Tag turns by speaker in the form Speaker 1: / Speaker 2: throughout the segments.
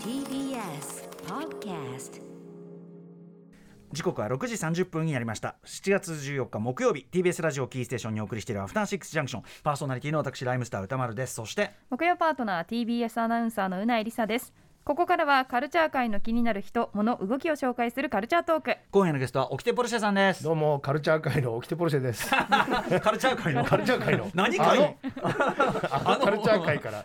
Speaker 1: TBS Podcast
Speaker 2: 時刻は6時30分になりました7月14日木曜日 TBS ラジオキーステーションにお送りしているアフターシックスジャンクションパーソナリティの私ライムスター歌丸ですそして
Speaker 3: 木曜パートナー TBS アナウンサーのうないりさですここからはカルチャー界の気になる人物動きを紹介するカルチャートーク
Speaker 2: 今夜のゲストはオキテポルシェさんです
Speaker 4: どうもカルチャー界のオキテポルシ ェです。
Speaker 2: カルチャー界の
Speaker 4: カルチャー界の
Speaker 2: 何界の
Speaker 4: あのカルチャー界から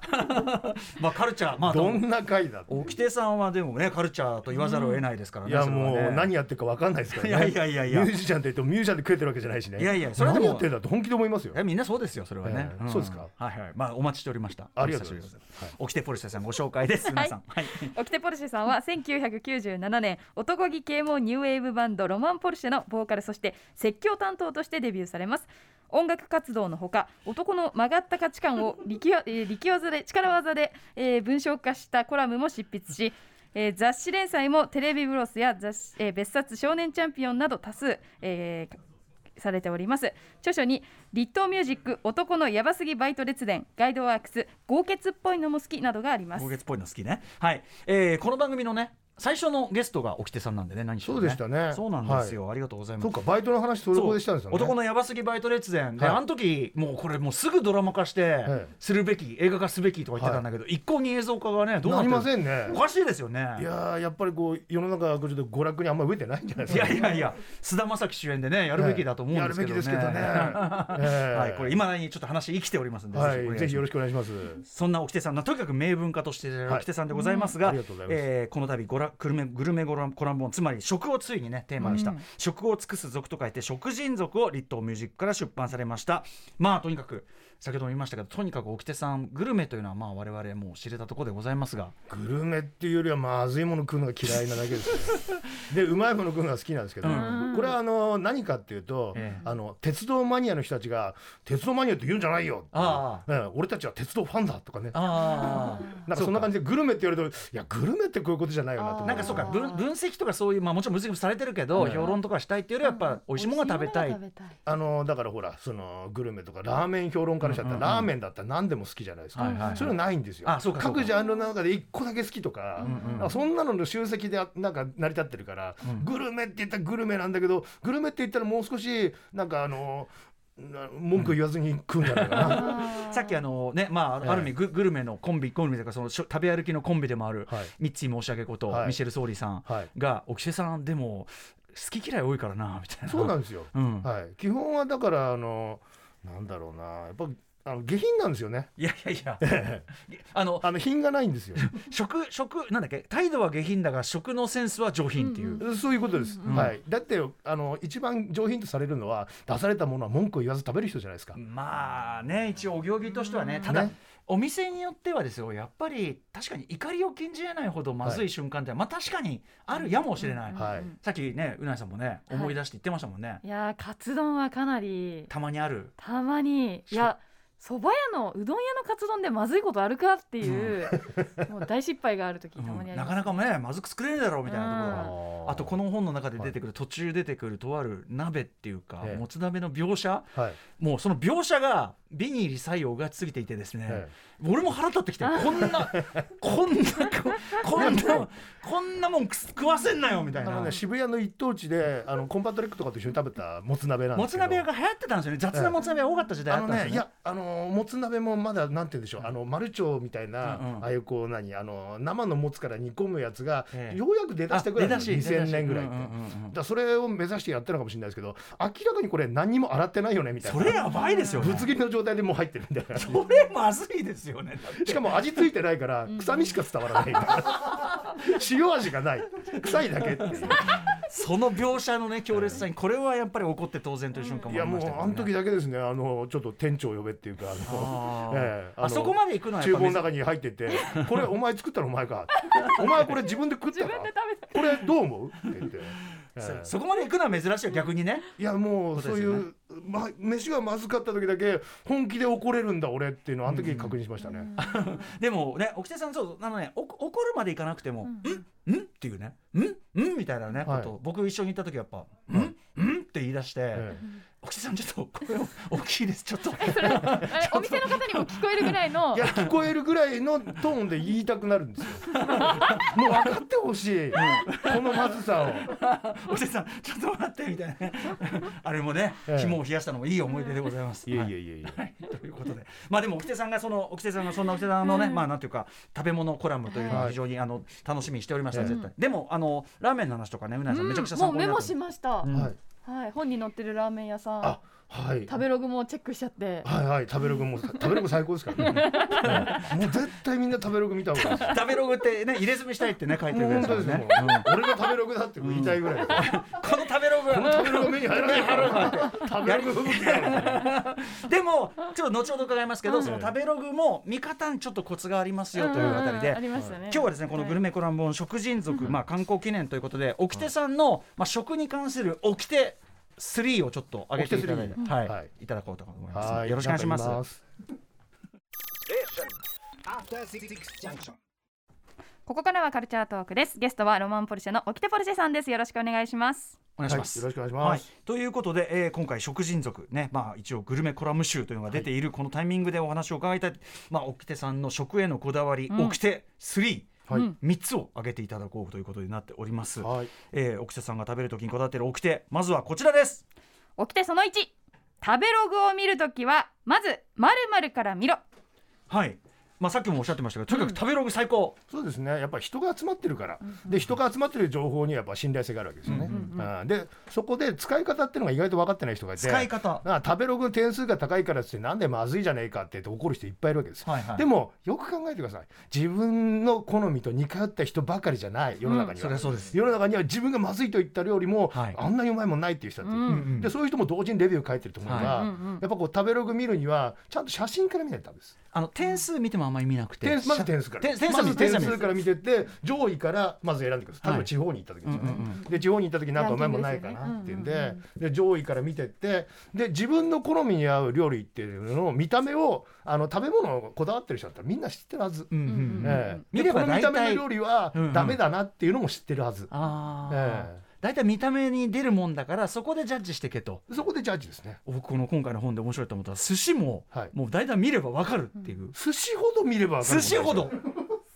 Speaker 2: まあカルチャーまあ
Speaker 4: どんな界だ。
Speaker 2: オキテさんはでもねカルチャーと言わざるを得ないですからね、
Speaker 4: いや
Speaker 2: それはね
Speaker 4: もう何やってるかわかんないですからね。
Speaker 2: いやいやいやいや
Speaker 4: ミュージシャンって言ってもミュージシャンで食えてるわけじゃないしね。
Speaker 2: いやいやそ
Speaker 4: そ
Speaker 2: れは
Speaker 4: れ
Speaker 2: でも
Speaker 4: 何やってんだって本気で思いますよ
Speaker 2: え。みんなそうですよそれはね、
Speaker 4: ええそうですか
Speaker 2: はいはいまあお待ちしておりました
Speaker 4: ありがとうございます
Speaker 2: オキテポルシェさんご紹介です皆さんはい
Speaker 3: オキテポルシェさんは1997年男気啓蒙ニューウェーブバンドロマンポルシェのボーカルそして説教担当としてデビューされます音楽活動のほか男の曲がった価値観を力よ えー力技で力技で、えー文章化したコラムも執筆し、えー雑誌連載もテレビブロスや雑誌、えー別冊少年チャンピオンなど多数、えーされております著書に「立東ミュージック男のヤバすぎバイト列伝」「ガイドワークス」「豪傑っぽいのも好き」などがあります
Speaker 2: 今月っぽいの好きね。はい、えー、この番組のね、最初のゲストが沖手さんなんでね、何しろ
Speaker 4: そうでしたね
Speaker 2: そうなんですよ、ありがとうございます。
Speaker 4: そうかバイトの話それこでしたんですよね。
Speaker 2: 男のやばすぎバイト列伝で、
Speaker 4: はい
Speaker 2: あの時もうこれもうすぐドラマ化して
Speaker 4: ええ
Speaker 2: するべき、映画化すべきとか言ってたんだけど、一向に映像化がねどうなってる
Speaker 4: なりませんね
Speaker 2: おかしいですよね
Speaker 4: いやーやっぱりこう世の中がちょっと娯楽にあんまり飢えてないんじゃないです
Speaker 2: い
Speaker 4: か。
Speaker 2: やいやいや菅田将暉主演でねやるべきだと思うんですけどね、
Speaker 4: やるべきですけどねええ
Speaker 2: はいこれ今なりにちょっと話生きておりますんで、
Speaker 4: はいぜひよろ
Speaker 2: く
Speaker 4: しくお願いします。
Speaker 2: そんな沖手さんのとにかく名文化として知られる
Speaker 4: はい
Speaker 2: 沖手さんでございますが、
Speaker 4: うんありがとうございます
Speaker 2: えーこの度ごらグルメグルメごらコラム本つまり食をついにねテーマにした、食を尽くす族と書いて食人族を立東ミュージックから出版されましたまあとにかく先ほども言いましたけどとにかく沖手さんグルメというのはまあ我々もう知れたところでございますが
Speaker 4: グルメっていうよりはまずいもの食うのが嫌いなだけですね でうまいもの食うのが好きなんですけど、これはあの何かっていうと、
Speaker 2: ええ
Speaker 4: あの鉄道マニアの人たちが「鉄道マニアって言うんじゃないよ」
Speaker 2: あ
Speaker 4: ええ俺たちは鉄道ファンだ」とかね
Speaker 2: あ
Speaker 4: なんかそんな感じでグルメって言われると「いやグルメってこういうことじゃないよな」と思
Speaker 2: なんかそうか
Speaker 4: う
Speaker 2: 分分析とかそういうまあもちろん分析もされてるけど、
Speaker 4: うん
Speaker 2: 評論とかしたいっていうよりはやっぱ美味しいものが食べたい
Speaker 4: あのだからほらそのグルメとかラーメン評論家の人だったら、ラーメンだったら何でも好きじゃないですか、
Speaker 2: はいはいはい
Speaker 4: それはないんですよ
Speaker 2: あそうかそうか
Speaker 4: 各ジャンルの中で一個だけ好きとか,、そんなのの集積であなんか成り立ってるから、グルメって言ったらグルメなんだけどグルメって言ったらもう少しなんかあのな文句言わずに食うん じゃない かな、
Speaker 2: さっきあのねまあある
Speaker 4: ええ
Speaker 2: ある意味ググルメのコンビコンビというかそのしょ食べ歩きのコンビでもある、
Speaker 4: はい
Speaker 2: ミッチー申し上げこと、
Speaker 4: はい
Speaker 2: ミシェル総理さん
Speaker 4: はい
Speaker 2: が沖瀬さんでも好き嫌い多いからなみたいな
Speaker 4: そうなんんですよ、
Speaker 2: うん
Speaker 4: はい、基本はだからあのなんだろうなやっぱあの下品なんですよ ね
Speaker 2: いやいやいやあの
Speaker 4: あの品がないんですよ
Speaker 2: 食食なんだっけ態度は下品だが食のセンスは上品っていう、
Speaker 4: そういうことです、はい、だってあの一番上品とされるのは出されたものは文句を言わず食べる人じゃないですか、
Speaker 2: まあね一応お行儀としてはねただ
Speaker 4: ね
Speaker 2: お店によってはですよやっぱり確かに怒りを禁じ得ないほどまず
Speaker 4: はい
Speaker 2: 瞬間って、まあ確かにあるやもしれない、
Speaker 4: はい
Speaker 2: さっきねうなえさんもね
Speaker 5: い
Speaker 2: 思い出して言ってましたもんね、
Speaker 5: いやーカツ丼はかなり
Speaker 2: たまにある
Speaker 5: たまにいやそば屋のうどん屋のカツ丼でまずいことあるかっていう、もう大失敗がある時たまにありま
Speaker 2: な
Speaker 5: す、
Speaker 2: かなかねまずく作れねえだろうみたいなところが。
Speaker 4: あ
Speaker 2: あとこの本の中で出てくる途中出てくるとある鍋っていうか
Speaker 4: ええ
Speaker 2: もつ鍋の描写
Speaker 4: はい
Speaker 2: もうその描写が美に入り作用が過ぎていてですね
Speaker 4: え
Speaker 2: 俺も腹立ってきてこ んなこんなここんなこんなもんくす食わせんなよみたい
Speaker 4: あの
Speaker 2: な
Speaker 4: ね、。渋谷の一等地であのコンパトレックとかと一緒に食べたもつ鍋なんで
Speaker 2: も
Speaker 4: すけ
Speaker 2: つ
Speaker 4: ど
Speaker 2: 鍋が流行ってたんですよね雑なもつ鍋が多かった時代
Speaker 4: あ
Speaker 2: あっ
Speaker 4: の
Speaker 2: たんです
Speaker 4: ねい
Speaker 2: よね
Speaker 4: や。あのもつ鍋もまだなんて言うんでしょうあの丸腸みたいな、
Speaker 2: うんうん
Speaker 4: ああいうこう何あの生のもつから煮込むやつが、
Speaker 2: ええ
Speaker 4: ようやく出だしたぐらい
Speaker 2: あ出だ
Speaker 4: なの
Speaker 2: し出だ
Speaker 4: 2000
Speaker 2: し
Speaker 4: 年ぐらいって、
Speaker 2: うんうんうんうん
Speaker 4: だからそれを目指してやってるのかもしれないですけど明らかにこれ何にも洗ってないよねみたい
Speaker 2: そ
Speaker 4: な
Speaker 2: れやばいですよね。
Speaker 4: ぶつ切りの状態でもう入ってるみたいな
Speaker 2: それまずいですよね。
Speaker 4: しかも味付いてないから臭みしか伝 わらない塩味がない臭いだけっていう
Speaker 2: その描写のね強烈さにこれはやっぱり怒って当然という瞬間
Speaker 4: い
Speaker 2: もあ
Speaker 4: や
Speaker 2: り
Speaker 4: も
Speaker 2: ま
Speaker 4: う
Speaker 2: したけど
Speaker 4: あ
Speaker 2: ね
Speaker 4: の時だけですねあのちょっと店長呼べっていうかあ
Speaker 2: あ
Speaker 4: の
Speaker 2: ー
Speaker 4: の
Speaker 2: あそこまで行くのはや
Speaker 4: 厨
Speaker 2: っぱ
Speaker 4: 房の中に入ってて「これお前作ったのお 前か」お前これ自分で食ったかこれどう思う?」って言って。え
Speaker 2: そ
Speaker 4: え
Speaker 2: そこまで行くのは珍しいよ逆にね。
Speaker 4: いやもうそういう、ま、飯がまずかった時だけ本気で怒れるんだ俺っていうのをあの時確認しましたね、
Speaker 2: でもね沖手さんそうあのねお怒るまでいかなくても「んん?」っていうね「んん?」みたいなね
Speaker 4: は
Speaker 2: こ
Speaker 4: い
Speaker 2: と僕一緒に行った時やっぱ「んん?」って言い出して
Speaker 4: え
Speaker 2: 沖さんちょっと声大きいですちょっと
Speaker 5: それあれお店の方にも聞こえるぐらいの
Speaker 4: いや聞こえるぐらいのトーンで言いたくなる んですよもう分かってほしい、このまずさを
Speaker 2: 沖さんちょっと待ってみたいなあれもね
Speaker 4: ええ
Speaker 2: 紐を冷やしたのもいい思い出でございます。
Speaker 4: いや
Speaker 2: はい
Speaker 4: いやいやいや
Speaker 2: はい、 ということで、まあでも沖手さんがその沖手さんがそんな沖手さんのね、まあなんていうか食べ物コラムというの
Speaker 4: は
Speaker 2: を
Speaker 4: い
Speaker 2: 非常にあの楽しみにしておりました、
Speaker 4: うん
Speaker 2: 絶対。でもあのラーメンの話とかね、うなぎさんめちゃくちゃ
Speaker 5: もう
Speaker 2: 参考に
Speaker 5: メ
Speaker 2: なっ
Speaker 5: モ
Speaker 2: た
Speaker 5: し。ました、
Speaker 2: うん
Speaker 4: はい
Speaker 5: はい本に載ってるラーメン屋さん
Speaker 4: あはい
Speaker 5: 食べログもチェックしちゃって
Speaker 4: はいはい食べログ も食べログ最高ですから ね、うんもう絶対みんな食べログ見た方がいいです
Speaker 2: 食べログってね入れ墨したいってね書いて
Speaker 4: も
Speaker 2: る
Speaker 4: う
Speaker 2: ぐらい
Speaker 4: 本
Speaker 2: ですか
Speaker 4: 当
Speaker 2: ら
Speaker 4: ですね
Speaker 2: ね。
Speaker 4: もう俺が食べログだって言いたいぐらい、
Speaker 2: この食べログは
Speaker 4: この食べログ目に入らないから食べログ不向きだろ
Speaker 2: でもちょっと後ほど伺いますけど、その食べログも見方にちょっとコツがありますよというあたりで、
Speaker 5: んんんありましたね
Speaker 2: 今日はですねこのグルメコラム本食人族、まあ、観光記念ということで沖手さんの、まあ、食に関する沖手3をちょっと上げていただいて、
Speaker 4: 沖
Speaker 2: はい
Speaker 4: はい
Speaker 2: い、ただこうと思いま
Speaker 4: は
Speaker 2: すよろしくお願いします
Speaker 4: なんかす
Speaker 3: ここからはカルチャートークですゲストはロマンポルシェの沖手ポルシェさんですよろしくお願いします
Speaker 2: お願いします、
Speaker 4: はいよろしくお願いし
Speaker 2: は
Speaker 4: ま
Speaker 2: い
Speaker 4: す、
Speaker 2: ということで、えー今回食人族ね、まあ、一応グルメコラム集というのが出ているこのタイミングでお話を伺いたい、まあ、沖手さんの食へのこだわり、
Speaker 3: ん
Speaker 2: 沖手3
Speaker 4: はい、
Speaker 2: 三つを挙げていただこうということになっております。
Speaker 4: はい
Speaker 2: えー、奥手さんが食べるときにこだわっている奥手、まずはこちらです。
Speaker 3: 沖手その1食べログを見るときはまずまるまるから見ろ
Speaker 2: はい。まあさっきもおっしゃってましたけど、とにかく食べログ最高。
Speaker 4: そうですねやっぱ人が集まってるから、で人が集まってる情報にはやっぱ信頼性があるわけですよね、うんでそこで使い方っていうのが意外と分かってない人がいて
Speaker 2: 使い方
Speaker 4: あ食べログの点数が高いからっつってなんでまずいじゃねえかって言って怒る人いっぱいいるわけです、
Speaker 2: はいはい
Speaker 4: でもよく考えてください自分の好みと似通った人ばかりじゃない世の中には、
Speaker 2: そりゃそうです
Speaker 4: 世の中には自分がまずいと言った料理も、
Speaker 2: はい
Speaker 4: あんなにうまいもんないっていう人だっている、
Speaker 2: うんうん
Speaker 4: でそういう人も同時にレビュー書いてると思うから、
Speaker 2: は
Speaker 4: やっぱこう食べログ見るにはちゃんと写真から見ないとダメです
Speaker 2: あの点数見てもあんまり見なくて。
Speaker 4: 点数まず点数から
Speaker 2: 点点数
Speaker 4: まず
Speaker 2: 点
Speaker 4: 点
Speaker 2: 数
Speaker 4: 数から見てって上位からまず選んでください例え
Speaker 2: は
Speaker 4: ば
Speaker 2: い
Speaker 4: 地方に行った時ですよ
Speaker 2: うんうん
Speaker 4: ねで地方に行った時なんかうまいもんないか
Speaker 5: ラ
Speaker 4: な
Speaker 5: ン
Speaker 4: っ
Speaker 5: キ
Speaker 4: てい
Speaker 5: ング
Speaker 4: うん
Speaker 5: ですよね
Speaker 4: でで上位から見てってで自分の好みに合う料理っていうのの見た目をあの食べ物をこだわってる人だったらみんな知ってるはず
Speaker 2: うんうんうん。
Speaker 4: ええ
Speaker 2: 見
Speaker 4: で
Speaker 2: れ
Speaker 4: こ
Speaker 2: ば
Speaker 4: の見
Speaker 2: 大
Speaker 4: た目
Speaker 2: 体
Speaker 4: の料理は
Speaker 2: うんうん
Speaker 4: ダメだなっていうのも知ってるはず
Speaker 2: ああ、
Speaker 4: ええ
Speaker 2: だいたい見た目に出るもんだから、そこでジャッジしてけと。
Speaker 4: そこでジャッジですね
Speaker 2: 僕この今回の本で面白いと思ったら寿司も、
Speaker 4: はい
Speaker 2: もうだいたい見ればわかるっていう。
Speaker 4: 寿司ほど見ればわかる
Speaker 2: 寿司ほど。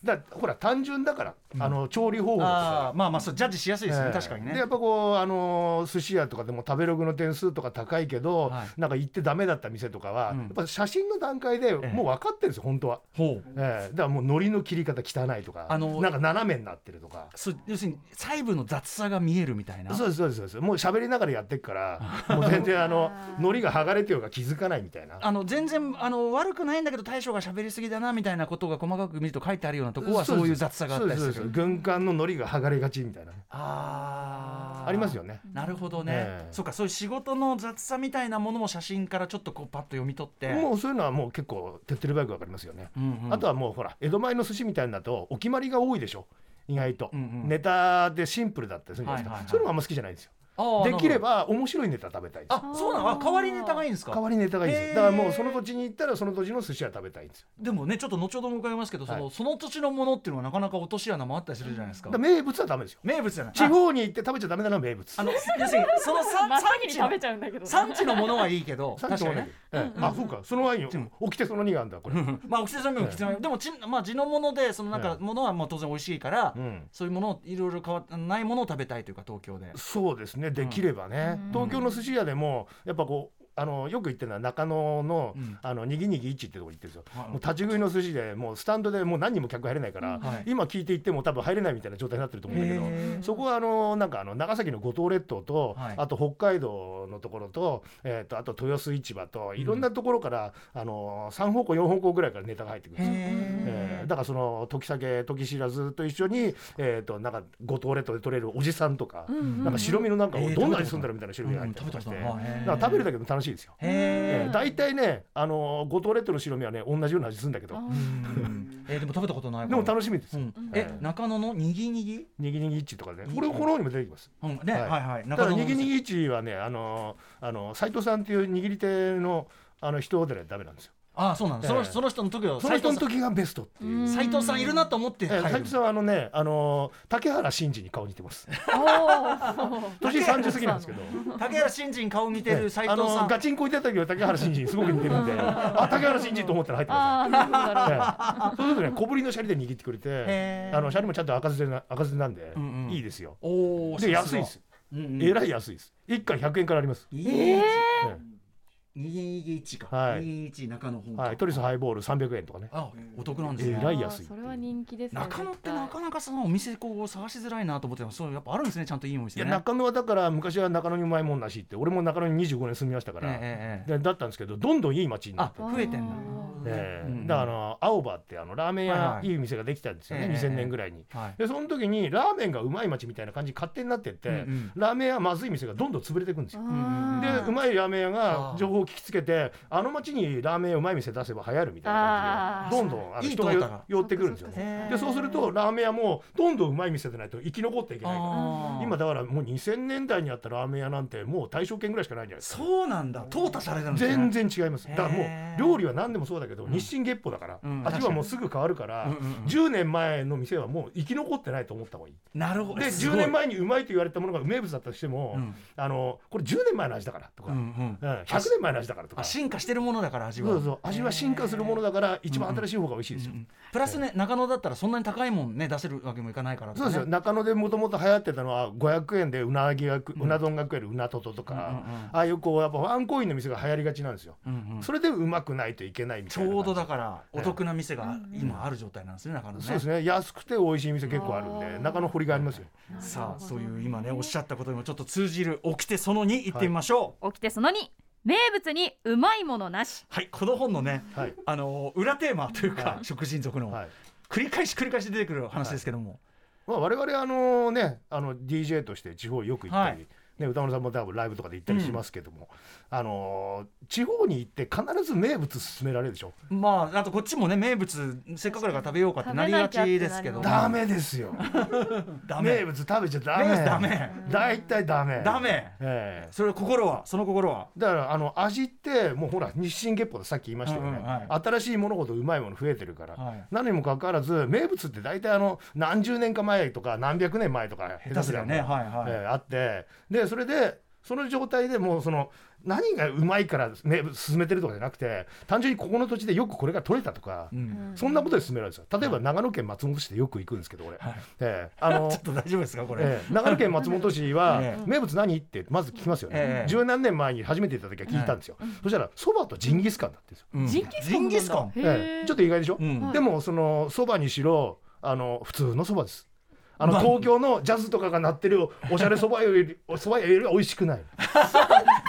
Speaker 4: だからほら単純だからあの調理方法と
Speaker 2: あ
Speaker 4: か
Speaker 2: あ、まあまあそうジャッジしやすいですね。
Speaker 4: ええ
Speaker 2: 確かにね。
Speaker 4: でやっぱこうあのー寿司屋とかでも食べログの点数とか高いけど、
Speaker 2: はい
Speaker 4: なんか行ってダメだった店とかは、
Speaker 2: うん
Speaker 4: やっぱ写真の段階でもう分かってるんですよ、本当は、
Speaker 2: ほう。
Speaker 4: ええだからもう海苔の切り方汚いとか、
Speaker 2: あのー
Speaker 4: なんか斜めになってるとか。
Speaker 2: そう要するに細部の雑さが見えるみたいな。
Speaker 4: そうですそうですそうですもう喋りながらやってっ からもう全然あの海苔が剥がれてようが気づかないみたいな
Speaker 2: あの全然あの悪くないんだけど大将が喋りすぎだなみたいなことが細かく見ると書いてあるようなとこはそういう雑さがあったりす
Speaker 4: そう
Speaker 2: る
Speaker 4: ですそうです軍艦の海苔が剥がれがちみたいな
Speaker 2: あー
Speaker 4: ありますよね
Speaker 2: なるほどね、
Speaker 4: ええ
Speaker 2: そうかそういう仕事の雑さみたいなものも写真からちょっとこうパッと読み取って
Speaker 4: もうそういうのはもう結構手っ取り早く分かりますよね
Speaker 2: うんうん
Speaker 4: あとはもうほら江戸前の寿司みたいなのだとお決まりが多いでしょ意外と、
Speaker 2: うんうん
Speaker 4: ネタでシンプルだったりするじゃないですか、
Speaker 2: はいはいはい
Speaker 4: そういうのがあんま好きじゃないんですよ
Speaker 2: あー
Speaker 4: できれ
Speaker 2: なる
Speaker 4: ば面白いネタ食べたいんです
Speaker 2: ほ
Speaker 4: よ
Speaker 2: どあそうなのあ代わりネタがいいんですか
Speaker 4: 代わりネタがいいんです
Speaker 2: へー
Speaker 4: よだからもうその土地に行ったらその土地の寿司は食べたいんですよ
Speaker 2: でもねちょっと後ほども伺いますけどその,、
Speaker 4: はい
Speaker 2: その土地のものっていうのはなかなか落とし穴もあったりするじゃないですか
Speaker 4: だから名物はダメですよ
Speaker 2: 名物じゃない
Speaker 4: 地方に行って食べちゃダメなのは名物
Speaker 2: ああの要するにその 産
Speaker 5: 真っ
Speaker 2: 産
Speaker 5: 先に
Speaker 2: 地
Speaker 5: 食べ
Speaker 2: の
Speaker 5: ちゃうんだけど
Speaker 2: 産地のものはいいけど
Speaker 4: さっき
Speaker 2: 確
Speaker 4: の
Speaker 2: か
Speaker 4: ね
Speaker 2: にね
Speaker 4: ええあそうかそのワイン起きてその2があるんだこれ、
Speaker 2: まあ、おきてさんもおきてさんもでもち、まあ、地のもので、そのなんか
Speaker 4: う
Speaker 2: ものは、まあ、当然美味しいから。
Speaker 4: うん
Speaker 2: そういうものをいろいろ変わっないものを食べたいというか、東京で。
Speaker 4: そうですねできればね、東京の寿司屋でもやっぱこうあのよく行ってるのは中野の,、
Speaker 2: うん
Speaker 4: あのにぎにぎ一ってとこ行ってるんですよ、
Speaker 2: はい
Speaker 4: もう立ち食いの寿司でもうスタンドでもう何人も客入れないか
Speaker 2: は
Speaker 4: ら、
Speaker 2: い
Speaker 4: 今聞いて行っても多分入れないみたいな状態になってると思うんだけど。
Speaker 2: へー
Speaker 4: そこはあのなんかあの長崎の五島列島と、
Speaker 2: はい
Speaker 4: あと北海道のところと,、えー、とあと豊洲市場といろんなところから、あの3方向4方向ぐらいからネタが入ってくるんですよ。え
Speaker 2: へ
Speaker 4: ーだからその時酒時知らずと一緒に、えー、となんか五島列島で取れるおじさんとか、なんか白身のなんか
Speaker 2: え
Speaker 4: を
Speaker 2: ー
Speaker 4: どんな味するんだろうみたいな白身が
Speaker 2: ーう
Speaker 4: 入っ
Speaker 2: ん
Speaker 4: て
Speaker 2: 食べた
Speaker 4: た
Speaker 2: こ
Speaker 4: りし
Speaker 2: とない。
Speaker 4: て、だ
Speaker 2: へー
Speaker 4: から食べるだけでも楽しいですよ。え
Speaker 2: へ
Speaker 4: ー
Speaker 2: ー
Speaker 4: 大体ね、あの五島列島の白身はね同じような味するんだけど
Speaker 2: うんえーでも食べたことない。
Speaker 4: でも
Speaker 2: べ。
Speaker 4: 楽しみです
Speaker 2: う
Speaker 4: よ。
Speaker 2: んえ、中野のにぎにぎ。
Speaker 4: にぎにぎ一とかねこれこの方にも出てきます。
Speaker 2: うんね、
Speaker 4: はい
Speaker 2: はいはい。
Speaker 4: ただにぎに
Speaker 2: ぎ。
Speaker 4: ぎ一はねあのあの斉藤さんっていう握り手のあの人でねダメなんですよ。
Speaker 2: ああそうなんだ、その
Speaker 4: ええ
Speaker 2: その人の時は
Speaker 4: その人の
Speaker 2: 斎藤
Speaker 4: 時がベストっていう。
Speaker 2: さん斎藤さんいるなと思って
Speaker 4: え
Speaker 2: 入
Speaker 4: ー
Speaker 2: る
Speaker 4: 斉藤さんはあのね、あのー竹原慎二に顔似てます。
Speaker 5: おー
Speaker 4: 年三十過ぎなんですけど。
Speaker 2: 竹原新人顔見てる斎
Speaker 4: あ
Speaker 2: 藤
Speaker 4: の
Speaker 2: さ
Speaker 4: ー
Speaker 2: ん、
Speaker 4: ガチンコいた時は竹原慎二にすごく似てるんで、あ竹原慎二と思ったら入ってください。
Speaker 5: あーなるほどなるほど
Speaker 4: ええそうするとね小ぶりのシャリで握ってくれ
Speaker 2: へ
Speaker 4: て
Speaker 2: ー
Speaker 4: あのシャリもちゃんと赤ずでな赤ずでなんで、
Speaker 2: うんうん
Speaker 4: いいですよ
Speaker 2: おお
Speaker 4: で安いです、えらい安いです一貫100円からあります、
Speaker 2: え
Speaker 4: え
Speaker 2: 221か、
Speaker 4: はい
Speaker 2: 221中野本
Speaker 4: え
Speaker 2: 館、
Speaker 4: はい、トリスハイボール300円とかね
Speaker 2: あお得なんです
Speaker 4: え
Speaker 2: ね、
Speaker 4: らい安いっていう
Speaker 5: それは人気ですね
Speaker 2: 中野ってなか
Speaker 5: 絶
Speaker 2: なかそのお店こう探しづらいなと思ってたそうやっぱあるんですねちゃんといいお
Speaker 4: い
Speaker 2: 店
Speaker 4: や
Speaker 2: ね
Speaker 4: 中野はだから昔は中野にうまいもんなしって俺も中野に25年住みましたから、
Speaker 2: ええええ
Speaker 4: でだったんですけどどんどんいい街になっ
Speaker 2: あ
Speaker 4: て、
Speaker 2: 増えてんだ
Speaker 4: ええ
Speaker 2: うん
Speaker 4: だからあの青葉ってあのラーメン屋、
Speaker 2: はいはい
Speaker 4: いい、店ができたんですよね、
Speaker 2: ええ
Speaker 4: 2000年ぐらいに。
Speaker 2: はい
Speaker 4: でその時にラーメンがうまい街みたいな感じに勝手になってって、
Speaker 2: うんうん
Speaker 4: ラーメン屋まずい店がどんどん潰れていくんですよ
Speaker 5: 対。
Speaker 2: ん
Speaker 4: で
Speaker 5: あー
Speaker 4: うまいラーメン屋
Speaker 2: あ
Speaker 4: が
Speaker 2: ー
Speaker 4: 情報を聞きつけてあの町にラーメン屋うまい店出せば流行るみたいな感じ
Speaker 2: あー
Speaker 4: でどんどんあの
Speaker 2: いい
Speaker 4: 人がよ
Speaker 2: 淘汰が
Speaker 4: 寄ってくるんですよね。
Speaker 2: へー
Speaker 4: でそうするとラーメン屋もどんどんうまい店でないと生き残っていけないから
Speaker 2: あー
Speaker 4: 今だからもう2000年代にあったラーメン屋なんてもう大正圏ぐらいしかないんじゃないですか。
Speaker 2: そうなんだ淘汰されたんですね
Speaker 4: 全然違います
Speaker 2: へー
Speaker 4: だからもう料理は何でもそうだけど
Speaker 2: ん
Speaker 4: 日進月歩だから
Speaker 2: うん
Speaker 4: 味はもうすぐ変わるから
Speaker 2: うんうんうん
Speaker 4: 10年前の店はもう生き残ってないと思った方がいい
Speaker 2: なるほど
Speaker 4: です
Speaker 2: ご
Speaker 4: 10
Speaker 2: い
Speaker 4: 年前にうまいと言われたものが名物だったとしても
Speaker 2: うん
Speaker 4: あのこれ10年前の味だからとか
Speaker 2: うんうん
Speaker 4: うん100年前の味だからとか
Speaker 2: あ進化してるものだから味
Speaker 4: そう
Speaker 2: は
Speaker 4: そうそう味は進化するものだから一番新しい方が美味しいですよ、
Speaker 2: プラスね中野だったらそんなに高いもんね出せるわけもいかないからと
Speaker 4: そう
Speaker 2: か
Speaker 4: で
Speaker 2: ね
Speaker 4: すよ中野でもともと流行ってたのは500円でうなぎがく、うな丼が食えるうなとととか、
Speaker 2: うんうんうん
Speaker 4: ああいうこうやっぱワンコインの店が流行りがちなんですよ、
Speaker 2: うんうん
Speaker 4: それでうまくないといけないみ
Speaker 2: ち
Speaker 4: たいな
Speaker 2: ょうど
Speaker 4: 感
Speaker 2: だからお得な店が今ある状態なんですね中野ね
Speaker 4: じそうですね安くて美味しい店結構あるんで中野掘りがありますよ
Speaker 2: さあそういう今ねおっしゃったことにもちょっと通じる起きてその2行ってみましょう
Speaker 3: 起きてその2名物にうまいものなし
Speaker 2: はい、この本のね
Speaker 4: はい
Speaker 2: あのー裏テーマというか
Speaker 4: はい
Speaker 2: 食人族の
Speaker 4: はい
Speaker 2: 繰り返し繰り返し出てくる話ですけども
Speaker 4: まあ、我々あのねあの DJ として地方よく行ったり、
Speaker 2: はい
Speaker 4: ね、歌丸さんも多分ライブとかで行ったりしますけども、あのー地方に行って必ず名物勧められるでしょ、
Speaker 2: まああとこっちもね名物せっかくだから食べようかってなりがちですけど
Speaker 4: ダメですよ
Speaker 2: ダ
Speaker 4: 名
Speaker 2: メ
Speaker 4: 物食べちゃダ
Speaker 2: 名
Speaker 4: メ
Speaker 2: 物ダメ
Speaker 4: 大体ダメ
Speaker 2: ダメ
Speaker 4: ええ
Speaker 2: それ心はその心は
Speaker 4: だからあの味ってもうほら日進月歩でさっき言いましたよね、
Speaker 2: うんうんはい
Speaker 4: 新しいものほどうまいもの増えてるから、
Speaker 2: はい
Speaker 4: 何にもかかわらず名物って大体あの何十年か前とか何百年前とか
Speaker 2: 下手すりゃね
Speaker 4: 下手す
Speaker 2: はい
Speaker 4: りゃも
Speaker 2: は
Speaker 4: うええあってでそれでその状態でもうその何がうまいから名物進めてるとかじゃなくて単純にここの土地でよくこれが取れたとか
Speaker 2: い、う、ん
Speaker 4: そんなことで進められるんですよ例えば長野県松本市でよく行くんですけど俺、
Speaker 2: はい
Speaker 4: ええあ の
Speaker 2: ちょっと大丈夫ですかこれ、
Speaker 4: ええ、長野県松本市は
Speaker 2: え
Speaker 4: 名物何ってまず聞きますよ
Speaker 2: え
Speaker 4: ね
Speaker 2: え
Speaker 4: 十、何年前に初めて行った時は聞いたんですよ、そしたらそばとジンギスカンだったんですよ、
Speaker 2: うん
Speaker 5: ジンギスカン
Speaker 2: ジ
Speaker 5: な
Speaker 2: ン
Speaker 5: んだ
Speaker 2: ギスカン
Speaker 5: へ
Speaker 4: え
Speaker 5: ー
Speaker 4: えちょっと意外でしょ、
Speaker 2: うん
Speaker 4: でもそのそばにしろあの普通のそばですあの
Speaker 2: まあ
Speaker 4: 東京のジャズとかが鳴ってるおしゃれそばよりそばよりは美味しくない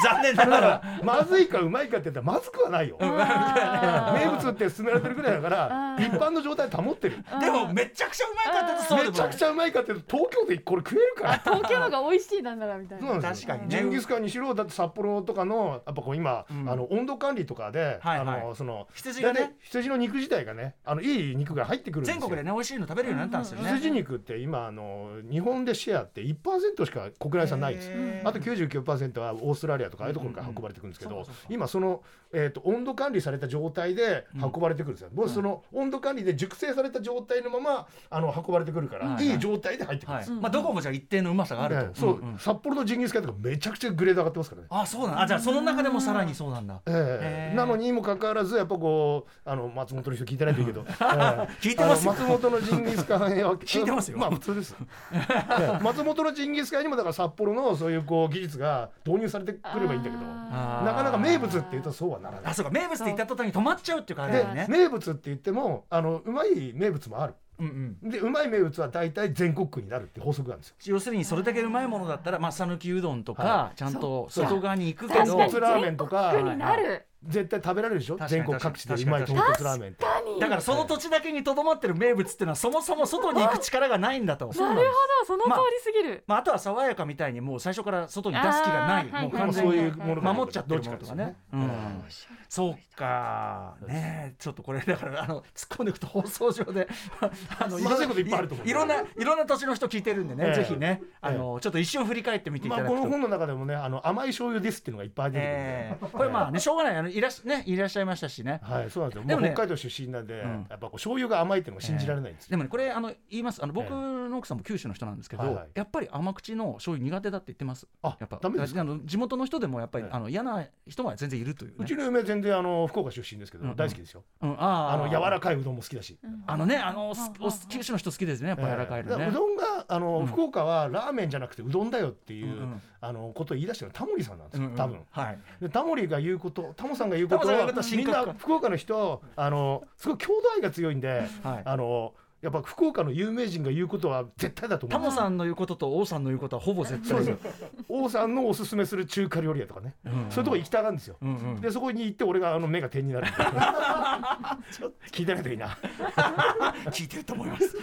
Speaker 2: 残念な
Speaker 4: だ
Speaker 2: が
Speaker 4: かららまずいかうまいかって言ったらまずくはないよ名
Speaker 5: あー
Speaker 4: 物って勧められてるぐらいだから一般の状態保ってる
Speaker 2: でもめちゃくちゃうまいかったそうで
Speaker 4: め
Speaker 2: も
Speaker 4: ちゃ
Speaker 2: ない
Speaker 4: くちゃうまいかって言うと東京でこれ食えるから
Speaker 5: 東京のが美味しいなんだなみたい
Speaker 4: そうな
Speaker 5: なん
Speaker 4: ですよ
Speaker 2: 確かにね
Speaker 4: ジンギスカンにしろだって札幌とかのやっぱこう今、
Speaker 2: ん
Speaker 4: あの温度管理とかで、
Speaker 2: はいはい
Speaker 4: あのその
Speaker 2: 羊がね
Speaker 4: 大体羊の肉自体がねあのいい肉が入ってくるんです
Speaker 2: 全
Speaker 4: よ
Speaker 2: 国でね美味しいの食べるようになったんですよね
Speaker 4: 羊肉って今あの日本でシェアって1%しか国内産ないんですよ
Speaker 2: へー
Speaker 4: あと99%はオーストラリアとかああいうところから運ばれてくるんですけど、
Speaker 2: うんうんそうかそうか
Speaker 4: 今その、えー、と温度管理された状態で運ばれてくるんですよ、もうその温度管理で熟成された状態のままあの運ばれてくるから、
Speaker 2: はい
Speaker 4: い、
Speaker 2: はい
Speaker 4: い状態で入ってくるん
Speaker 2: は
Speaker 4: で
Speaker 2: い
Speaker 4: すよ、
Speaker 2: まあどこもじゃあ一定のうまさがある
Speaker 4: ね
Speaker 2: と
Speaker 4: そう、
Speaker 2: んん
Speaker 4: 札幌のジンギスカンとかめちゃくちゃグレード上がってますからね
Speaker 2: あそうなんあじゃあその中でもさらにそうなんだ
Speaker 4: え
Speaker 2: えー
Speaker 4: えなのにもかかわらずやっぱこうあの松本の人聞いてないといい けど、ええ
Speaker 2: 聞いてますよ
Speaker 4: あの松本のジンギスカン屋は
Speaker 2: 聞いてますよ
Speaker 4: まあ普通です、ええ松本のジンギスカンにもだから札幌のそういうこう技術が導入されてくればいいんだけどな
Speaker 5: あ
Speaker 4: かなか名物っ
Speaker 2: あ
Speaker 4: て言うとそうはならな
Speaker 2: あ
Speaker 4: い
Speaker 2: そうか名物って言った途端に止まっちゃうっていう感じだ
Speaker 4: で
Speaker 2: よね
Speaker 4: 名物って言ってもあのうまい名物もある
Speaker 2: うんうん
Speaker 4: でうまい名物は大体全国区になるって法則なんですよ
Speaker 2: 要するにそれだけうまいものだったらまあ讃岐うどんとか
Speaker 4: は
Speaker 2: ちゃんと
Speaker 4: そう
Speaker 2: 外側に行くけ
Speaker 5: 確
Speaker 2: ど
Speaker 5: か
Speaker 4: 豚
Speaker 5: に
Speaker 4: 骨ラーメンとか
Speaker 5: ーになる
Speaker 4: 絶対食べられるでしょ
Speaker 2: 確かに
Speaker 4: 全国各地でうまい豚骨ラーメンって
Speaker 2: だからその土地だけにとどまってる名物っていうのはそもそも外に行く力がないんだと
Speaker 5: なるほどその通りすぎる
Speaker 2: まああとは爽やかみたいにもう最初から外に出す気がない
Speaker 5: あーはい
Speaker 2: もう
Speaker 4: ま
Speaker 2: 完
Speaker 4: あ
Speaker 2: 全
Speaker 4: そう
Speaker 2: に
Speaker 4: いうものから
Speaker 2: 守っちゃってるものとかね。う
Speaker 4: どっち
Speaker 2: ん
Speaker 4: かですよねええ
Speaker 2: そうかねえちょっとこれだからあの突っ込んでいくと放送上で あ
Speaker 4: まずいこといっぱいあると思う
Speaker 2: いろんないろんな年の人聞いてるんでね、
Speaker 4: ええ
Speaker 2: ぜひねあのちょっと一瞬振り返ってみてい
Speaker 4: ま
Speaker 2: た
Speaker 4: あ
Speaker 2: だく。
Speaker 4: ことの本の中でもねあの甘い醤油ですっていうのがいっぱい出てくるんで、
Speaker 2: ええこれまあねしょうがないあのいいらっし,、ね、いらっしゃいましたしね。
Speaker 4: はい、そうなんですよ。
Speaker 2: でも
Speaker 4: もう
Speaker 2: ね
Speaker 4: 北海道出身なんで、
Speaker 2: うん
Speaker 4: やっぱこう醤油が甘いっていうのが信じられないんですよ。
Speaker 2: でもねこれあの言いますあの僕
Speaker 4: ええ
Speaker 2: の奥さんも九州の人なんですけど、
Speaker 4: はいはい
Speaker 2: やっぱり甘口の醤油苦手だって言ってます。
Speaker 4: あ
Speaker 2: やっぱ
Speaker 4: ダメですか
Speaker 2: あの地元の人でもやっぱり、
Speaker 4: ええ
Speaker 2: あの嫌な人は全然いるという、ね。
Speaker 4: うちの嫁全然あの福岡出身ですけど、
Speaker 2: うんうん
Speaker 4: 大好きですよ。
Speaker 2: うん、ああ
Speaker 4: あの柔ら
Speaker 2: か
Speaker 4: かいうどんも好きだし。
Speaker 2: あのねあのす
Speaker 5: うんうんうん
Speaker 2: お九州の人好きですねやっぱ柔らかいの
Speaker 4: え
Speaker 2: ね。
Speaker 4: えだからうどんがあの、
Speaker 2: うん
Speaker 4: 福岡はラーメンじゃなくてうどんだよっていう、
Speaker 2: うんうん
Speaker 4: あのことを言い出したのはタモリさんなんです
Speaker 2: うん
Speaker 4: よ、
Speaker 2: うん
Speaker 4: 多分。
Speaker 2: はい。
Speaker 4: でタモリが言うことタモさんが言うこと
Speaker 2: タモさんが
Speaker 4: は
Speaker 2: 言うことは深刻
Speaker 4: みん
Speaker 2: か
Speaker 4: な福岡の人あのすごい郷土愛が強いんで、
Speaker 2: はい
Speaker 4: あのやっぱ福岡の有名人が言うことは絶対だと思
Speaker 2: タ
Speaker 4: う
Speaker 2: モさんの言うことと王さんの言うことはほぼ絶
Speaker 4: そう
Speaker 2: 対
Speaker 4: ですよ王さんのおすすめする中華料理屋とかね、
Speaker 2: うん
Speaker 4: そういうとこ行きたがるんですよ、
Speaker 2: うんうん
Speaker 4: でそこに行って俺があの目が点 になるちょっと聞いてないといいな
Speaker 2: 聞いてると思い ます。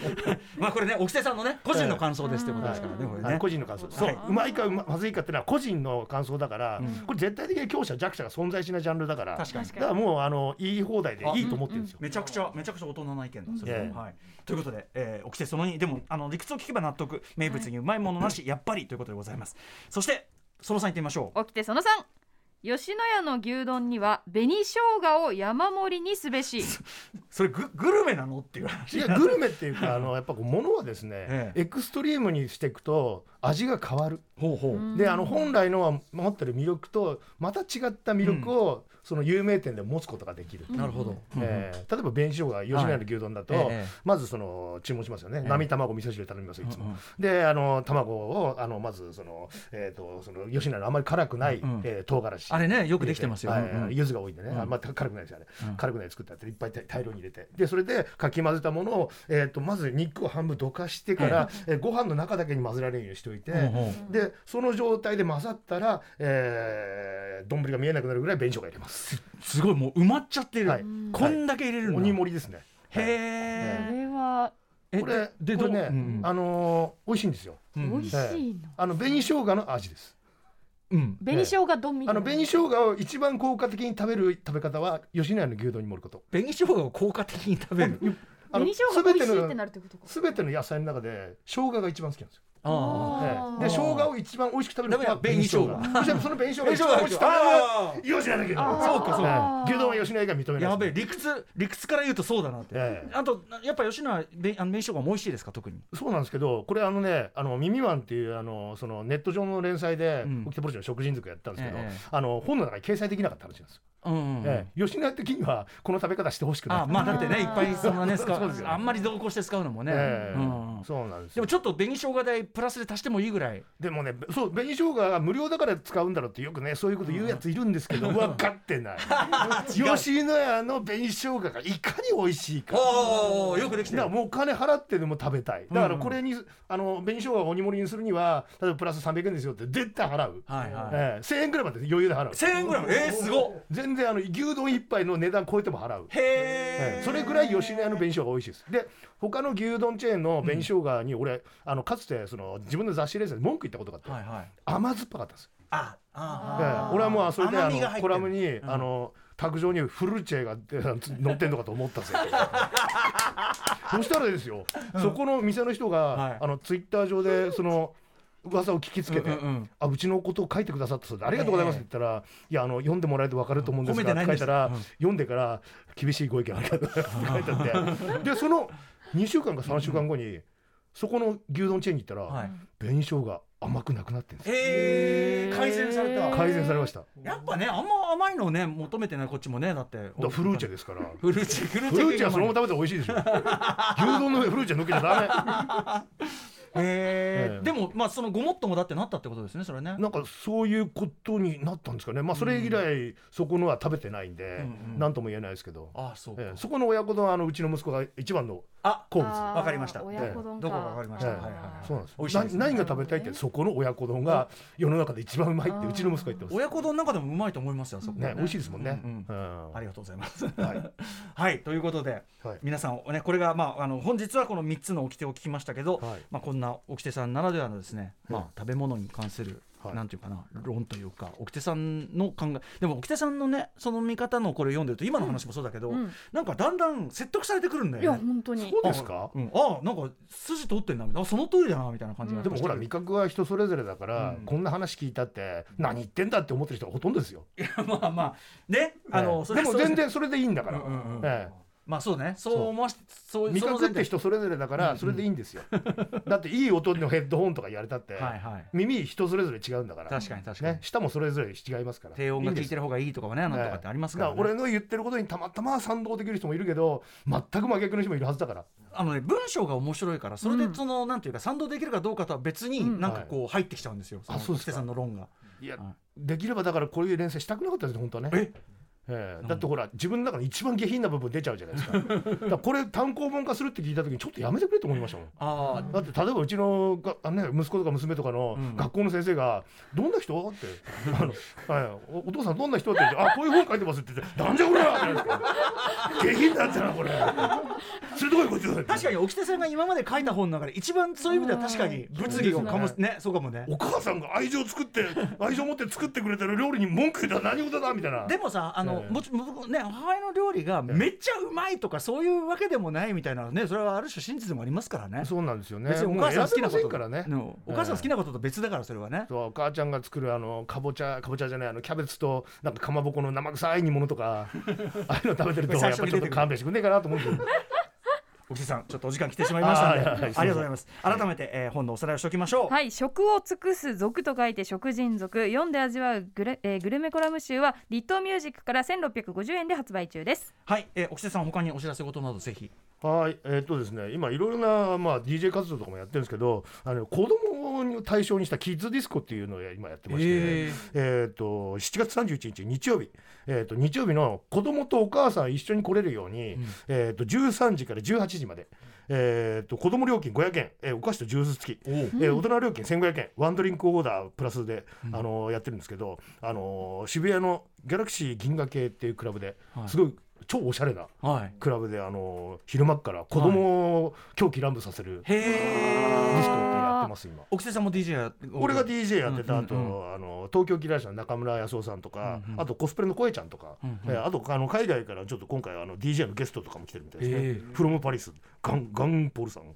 Speaker 2: まあこれね、おきてさんのね、個人の感想ですということですからね、これ
Speaker 4: あの
Speaker 2: ね。
Speaker 4: 個人の感想そう、
Speaker 2: はいう
Speaker 4: まいかうままずいかってのは個人の感想だから、
Speaker 2: うん
Speaker 4: これ絶対的に強者弱者が存在しないジャンルだから
Speaker 2: 確かに
Speaker 4: だからもうあの言い放題でいいと思ってるんですよ、
Speaker 2: めちゃくちゃめちゃくちゃ大人な意見だそれは、
Speaker 4: ええ
Speaker 2: はい。ということで、えー、おきてその2でもあの理屈を聞けば納得、名物にうまいものなし、やっぱりということでございます。そしてその3行ってみましょう。
Speaker 5: 起きてその3吉野家の牛丼には紅生姜を山盛りにすべし
Speaker 2: それググルメなのっていう話。
Speaker 4: いやグルメっていうかあのやっぱこう物はですね、
Speaker 2: え
Speaker 4: エクストリームにしていくと味が変わる、
Speaker 2: ほうほう。
Speaker 4: であの本来のは持ってる魅力とまた違った魅力を、その有名店で持つことができる、
Speaker 2: なるほど。
Speaker 4: えー例えば弁償が吉野家の牛丼だと、
Speaker 2: はいええ
Speaker 4: まずその注文しますよね、
Speaker 2: え
Speaker 4: 並卵味噌汁頼みますよいつも、
Speaker 2: うんうん
Speaker 4: であの卵をあのまずその,、えー、とその吉野家のあまり辛くない、
Speaker 2: うん
Speaker 4: えー唐辛子
Speaker 2: あれね、よくできてますよ。
Speaker 4: は
Speaker 2: う
Speaker 4: い
Speaker 2: んうん
Speaker 4: 柚子が多いんでね、
Speaker 2: うん
Speaker 4: あんま辛くないですよね、
Speaker 2: うん
Speaker 4: 辛くない作ってあっていっぱい大大量に入れてでそれでかき混ぜたものを、えー、とまず肉を半分どかしてから、えーご飯の中だけに混ぜられるようにしておいて、
Speaker 2: ほうほう
Speaker 4: でその状態で混ざったら、えー、丼が見えなくなるぐらい弁償が入れます、
Speaker 2: すごいもう埋まっちゃってる。
Speaker 4: はい
Speaker 2: こんだけ入れるの。
Speaker 4: 鬼盛りですね
Speaker 2: へ
Speaker 4: はい
Speaker 5: こ
Speaker 2: え。
Speaker 5: れは
Speaker 2: え
Speaker 4: これ
Speaker 2: で
Speaker 4: これね、
Speaker 2: うん
Speaker 4: あのー美味しいんですよ
Speaker 2: うん
Speaker 5: 美味しいの
Speaker 4: あの紅生姜の味です
Speaker 2: うん。
Speaker 5: 紅生姜丼みた
Speaker 4: あ
Speaker 5: いな
Speaker 4: の紅生姜を一番効果的に食べる食べ方は吉野家の牛丼に盛ること
Speaker 2: 紅生姜を効果的に食べる。
Speaker 4: あの
Speaker 5: 紅生姜美味し
Speaker 4: 全て
Speaker 5: い
Speaker 4: の
Speaker 5: ってなるってことか
Speaker 4: すべての野菜の中で生姜が一番好きなんですよ。
Speaker 2: あ
Speaker 4: え
Speaker 5: あー
Speaker 4: えで生姜を一番美味しく食べるの
Speaker 2: だ
Speaker 4: が
Speaker 2: めだ紅生姜
Speaker 4: そしてその紅生姜が一番美味しく食べるのが吉野家だけど。
Speaker 5: あーそうかそうか
Speaker 4: ええ牛丼は吉野家が認
Speaker 2: あ。
Speaker 4: めないです。
Speaker 2: やべえ理屈理屈から言うとそうだなって。
Speaker 4: ええ
Speaker 2: あとやっぱ吉野はべあの名称が美味しいですか特に。
Speaker 4: そうなんですけど、これあのね、あのミミワンっていうあのそのネット上の連載で
Speaker 2: うん
Speaker 4: 沖田ポルチェの食人族やったんですけど、
Speaker 2: ええ
Speaker 4: あの本の中に掲載できなかった話なんですよ。
Speaker 2: うんうん。
Speaker 4: ええ吉野家的にはこの食べ方してほしくない。
Speaker 2: あまあだってねいっぱいそんなね使
Speaker 4: そうです
Speaker 2: う
Speaker 4: よ
Speaker 2: あんまり同行して使うのもね。
Speaker 4: ええ
Speaker 2: うんうん
Speaker 4: そうなんです
Speaker 2: で
Speaker 4: よ
Speaker 2: もちょっと紅生姜代プラスで足してもいいぐらい。
Speaker 4: でもねそう紅生姜が無料だから使うんだろうってよくねそういうこと言うやついるんですけど、分かっ てない吉野家の紅生姜がいかに美味しいか
Speaker 2: おおよくでき
Speaker 4: だからもうお金払ってでも食べたいだから
Speaker 2: うん
Speaker 4: これに、あの紅生姜を鬼盛りにするには例えばプラス300円ですよって絶対払う、
Speaker 2: はいはい。
Speaker 4: ええ1000円ぐらいまで余裕で払う
Speaker 2: 千円ぐらいえーすごっ。
Speaker 4: 全然あの牛丼一杯の値段超えても払う
Speaker 2: へ
Speaker 4: え
Speaker 2: え
Speaker 4: え。それぐらい吉野家の紅生姜が美味しいですで他の牛丼チェーンの紅生姜に俺、あのかつてその自分の雑誌連載で文句言ったことがあって、
Speaker 2: はいはい。
Speaker 4: 甘酸っぱかったです
Speaker 2: ああ
Speaker 4: え
Speaker 2: あ
Speaker 4: え。俺はもうそれであ
Speaker 2: 甘みが入ってる
Speaker 4: のコラムに、
Speaker 2: ん
Speaker 4: あの卓上にフルーチェがえーつ乗ってんの かと思ったんですよ。 そしたらですよ、そこの店の人が、
Speaker 2: はい
Speaker 4: あのツイッター上でその噂を聞きつけて、
Speaker 2: うんうんうん
Speaker 4: あうちのことを書いてくださったそうでありがとうございますって言ったら、いやあの読んでもらえると分かると思うんです
Speaker 2: 褒めて
Speaker 4: がっ
Speaker 2: ない
Speaker 4: て
Speaker 2: ん
Speaker 4: 書
Speaker 2: です
Speaker 4: いたら、
Speaker 2: うん
Speaker 4: 読んでから厳しいご意見ありがとうございますって書いてあ ってでその2週間か3週間後に、そこの牛丼チェーンに行ったら、
Speaker 2: はい
Speaker 4: 紅生姜甘くなくなってんですよ
Speaker 2: へえ。改善された。
Speaker 4: 改善されました。
Speaker 2: やっぱねあんま甘いのをね求めてないこっちもねだって
Speaker 4: だからフルーチェですから。
Speaker 2: フルーチェフルー
Speaker 4: フ
Speaker 2: チェ
Speaker 4: ルーチェはそのまま食べて美味しいでしょ牛丼の上フルーチェ抜けちゃ ダ
Speaker 2: えー
Speaker 4: ええ
Speaker 2: でもまあそのごもっともだってなったってことですねそれね
Speaker 4: メなんかそういうことになったんですかねまあそれ以来そこのは食べてないんで
Speaker 2: うんうん
Speaker 4: 何とも言えないですけど、
Speaker 2: ああそうか、
Speaker 4: ええそこの親子丼はあのうちの息子が一番の
Speaker 2: あ
Speaker 4: 好
Speaker 5: あ
Speaker 4: 物
Speaker 5: ー
Speaker 2: わかりました
Speaker 5: 親子丼
Speaker 2: どこかわかりました、
Speaker 4: ええ
Speaker 2: はいはいはい
Speaker 4: そうなんです
Speaker 2: 美味しいです
Speaker 4: な何が食べたいってそこの親子丼が世の中で一番うまいってうちの息子が言ってます
Speaker 2: 親子丼の中でもうまいと思いますよあそこ
Speaker 4: ね美味しいですもんね、
Speaker 2: ううん
Speaker 4: うん
Speaker 2: ありがとうございます。
Speaker 4: は
Speaker 2: はいい、ということで、
Speaker 4: はい
Speaker 2: 皆さん、ね、これが、まあ、あの本日はこの3つの掟を聞きましたけど、
Speaker 4: はい
Speaker 2: まあ、こんな掟さんならではのですね、
Speaker 4: うん
Speaker 2: まあ、食べ物に関する
Speaker 4: はい
Speaker 2: なんていうかな論というか沖手さんの考えでも沖手さんのねその見方のこれ読んでると今の話もそうだけど、
Speaker 5: うん
Speaker 2: なんかだんだん説得されてくるんだ
Speaker 5: いや
Speaker 2: よね。
Speaker 5: 本当に
Speaker 4: そうですか
Speaker 2: うん、あなんか筋通ってんだあその通りだなみたいな感じが
Speaker 5: うん
Speaker 4: でもほら味覚は人それぞれだから、
Speaker 2: うん
Speaker 4: こんな話聞いたって何言ってんだって思ってる人はほとんどですよ。
Speaker 2: まあまあねあの、
Speaker 4: ええ
Speaker 2: そ
Speaker 4: で
Speaker 2: れ
Speaker 4: も全然それでいいんだ
Speaker 2: そ
Speaker 4: か
Speaker 2: れ
Speaker 4: ら、
Speaker 2: うんうんうん
Speaker 4: え
Speaker 2: まあそうねそう思わせてそ
Speaker 4: え
Speaker 2: う
Speaker 4: 味覚
Speaker 2: そ
Speaker 4: っ
Speaker 2: の前
Speaker 4: て人それぞれだか
Speaker 2: うん
Speaker 4: らそれでいいんですよ。だっていい音のヘッドホンとか言われたって、
Speaker 2: 提はいはい
Speaker 4: 耳人それぞれ違うんだから
Speaker 2: 確かに確かに、
Speaker 4: ね、舌もそれぞれ違いますから
Speaker 2: 低音が効
Speaker 4: いん
Speaker 2: い
Speaker 4: です
Speaker 2: てる方がいいとかはねなんとかってありますから,、
Speaker 4: だ
Speaker 2: ね
Speaker 4: から俺の言ってることにたまたま賛同できる人もいるけど全く真逆の人もいるはずだから
Speaker 2: あのね文章が面白いからそれ
Speaker 5: う
Speaker 2: で
Speaker 5: ん
Speaker 2: その、なんていうか賛同できるかどうかとは別に、
Speaker 5: うん
Speaker 2: なんかこう入ってきちゃうんですよ、
Speaker 4: あそうですか
Speaker 2: さんの論が。
Speaker 4: いや、
Speaker 2: は
Speaker 4: できればだからこういう連戦したくなかったですね本当はね
Speaker 2: え
Speaker 4: ええだってほら自分の中の一番下品な部分出ちゃうじゃな いですかだからこれ単行本化するって聞いた時にちょっとやめてくれと思いましたもん
Speaker 2: あー
Speaker 4: だって例えばうちのがあのね、息子とか娘とかの
Speaker 2: うん
Speaker 4: 学校の先生が「どんな 人?」って「あのはいおお父さんどんな人?」って言って「あこういう本書いてます」って言って「なんじゃこれ!」って下品なやつだ なこれ鋭いこと言う
Speaker 2: 確かに沖田さんが今まで書いた本の中で一番そういう意味では確かに物議をかもしねそうかもね。
Speaker 4: お母さんが愛情作 って愛情持って作ってくれてる料理に文句言ったら何事だみたいな
Speaker 2: でもさあの、
Speaker 4: ええ
Speaker 2: もち僕ね母親の料理がめっちゃうまいとかそういうわけでもないみたいなねそれはある種真実でもありますからね。
Speaker 4: そうなんですよね
Speaker 2: 別にお母さん好きなこ
Speaker 4: も
Speaker 2: と
Speaker 4: う選べませんからね、
Speaker 2: うんお母さん好きなことと別だからそれはね。
Speaker 4: そうお母ちゃんが作るあのかぼちゃかぼちゃじゃないあのキャベツとなんかかまぼこの生臭い煮物 とかああいうの食べてるとや
Speaker 2: 最
Speaker 4: っ
Speaker 2: 初
Speaker 4: ぱ
Speaker 2: に
Speaker 4: ちょ
Speaker 2: 出く
Speaker 4: ってと
Speaker 2: る
Speaker 4: 勘弁してくんねえかなと思うんですよ
Speaker 2: 沖田さんちょっとお時間来てしまいましたので
Speaker 4: あーはい
Speaker 2: あ
Speaker 4: はい
Speaker 2: りがとうございます。改めて、えー本のおさらいをしておきましょう。
Speaker 3: はい、食を尽くす族と書いて食人族読んで味わうグル,、えーグルメコラム集はリットーミュージックから1650円で発売中です
Speaker 2: はい、えー、沖田さん他にお知らせ事などぜひ。
Speaker 4: はい、えーっとですね、今いろいろな、まあ、DJ 活動とかもやってるんですけど、あの子供を対象にしたキッズディスコっていうのを今やってまして、
Speaker 2: へ
Speaker 4: え
Speaker 2: ー
Speaker 4: ーっと7月31日日曜日、えーっと日曜日の子供とお母さん一緒に来れるように、
Speaker 2: うん
Speaker 4: えーっと13時から18時まで、えーっと子供料金500円、えーお菓子とジュース付き。えー大人料金1500円ワンドリンクオーダープラスで、あのーやってるんですけど、あのー渋谷のギャラクシー銀河系っていうクラブで、
Speaker 2: はい
Speaker 4: すごい超おしゃれな
Speaker 2: はい。
Speaker 4: クラブであの昼間っから子供を狂喜乱舞させる
Speaker 2: へ
Speaker 4: デ
Speaker 2: え
Speaker 4: ィスコってやってます今。
Speaker 2: 沖瀬さんも DJ や
Speaker 4: 俺が DJ やってた後、
Speaker 2: う
Speaker 4: あ
Speaker 2: んうん
Speaker 4: の東京キラー社の中村康夫さんとか、
Speaker 2: うんうん
Speaker 4: あとコスプレの声ちゃんとか、
Speaker 2: うんうん
Speaker 4: えーあとあの海外からちょっと今回あの DJ のゲストとかも来てるみたいですね。
Speaker 2: へえ
Speaker 4: フロムパリスガンガンポールさん、
Speaker 2: うんうん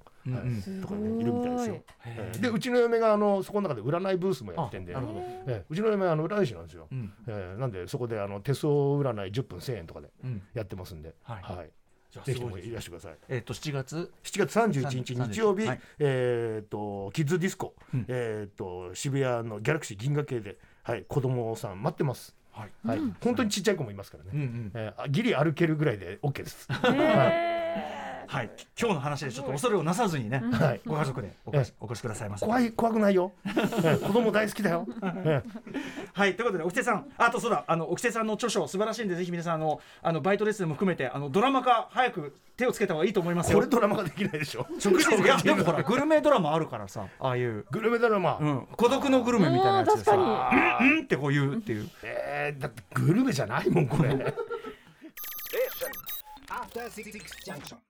Speaker 4: はいとかねいるみたいですよ。えー
Speaker 2: で
Speaker 4: でうちの嫁があのそこの中で占いブースもや
Speaker 2: あ
Speaker 4: ってんで、
Speaker 2: なるほど
Speaker 4: えーうちの嫁はあの占い師なんですよ。
Speaker 2: うん
Speaker 4: えーなんでそこであの手相占い10分1000円とかで
Speaker 2: うん
Speaker 4: やってますんで、
Speaker 2: はいじゃあす
Speaker 4: ぜひと
Speaker 2: ご
Speaker 4: も
Speaker 2: い
Speaker 4: いらしてください。
Speaker 2: えっと7月
Speaker 4: 7月31日
Speaker 2: 31
Speaker 4: 日曜日、
Speaker 2: はい
Speaker 4: えー、とキッズディスコ、
Speaker 2: うん
Speaker 4: えー、と渋谷のギャラクシー銀河系で、はい、子供さん待ってます、
Speaker 2: はい
Speaker 4: はい本当にちっちゃい子もいますからね、
Speaker 2: うんうん
Speaker 4: えーあギリ歩けるぐらいで OK です、は
Speaker 2: はい今日の話でちょっと恐れをなさずにね
Speaker 4: い、
Speaker 2: ご家族でお越しお越しくださいませ
Speaker 4: 怖い怖くないよ、えー子供大好きだよ、えー
Speaker 2: はいということで沖瀬さんあとそうだあの沖瀬さんの著書素晴らしいんでぜひ皆さんあのあのバイトレッスンも含めてあのドラマ化早く手をつけた方がいいと思いますよ
Speaker 4: これドラマができないでしょ
Speaker 2: 食事いやでもほ
Speaker 4: ほら
Speaker 2: らグルメドラマあるからさああいう
Speaker 4: グルメドラマ、
Speaker 2: うん孤独のグルメみたいなやつでさ
Speaker 5: うん
Speaker 2: うんうんってこう言うっていう
Speaker 4: えーだってグルメじゃないもんこれ
Speaker 6: After Six Junction.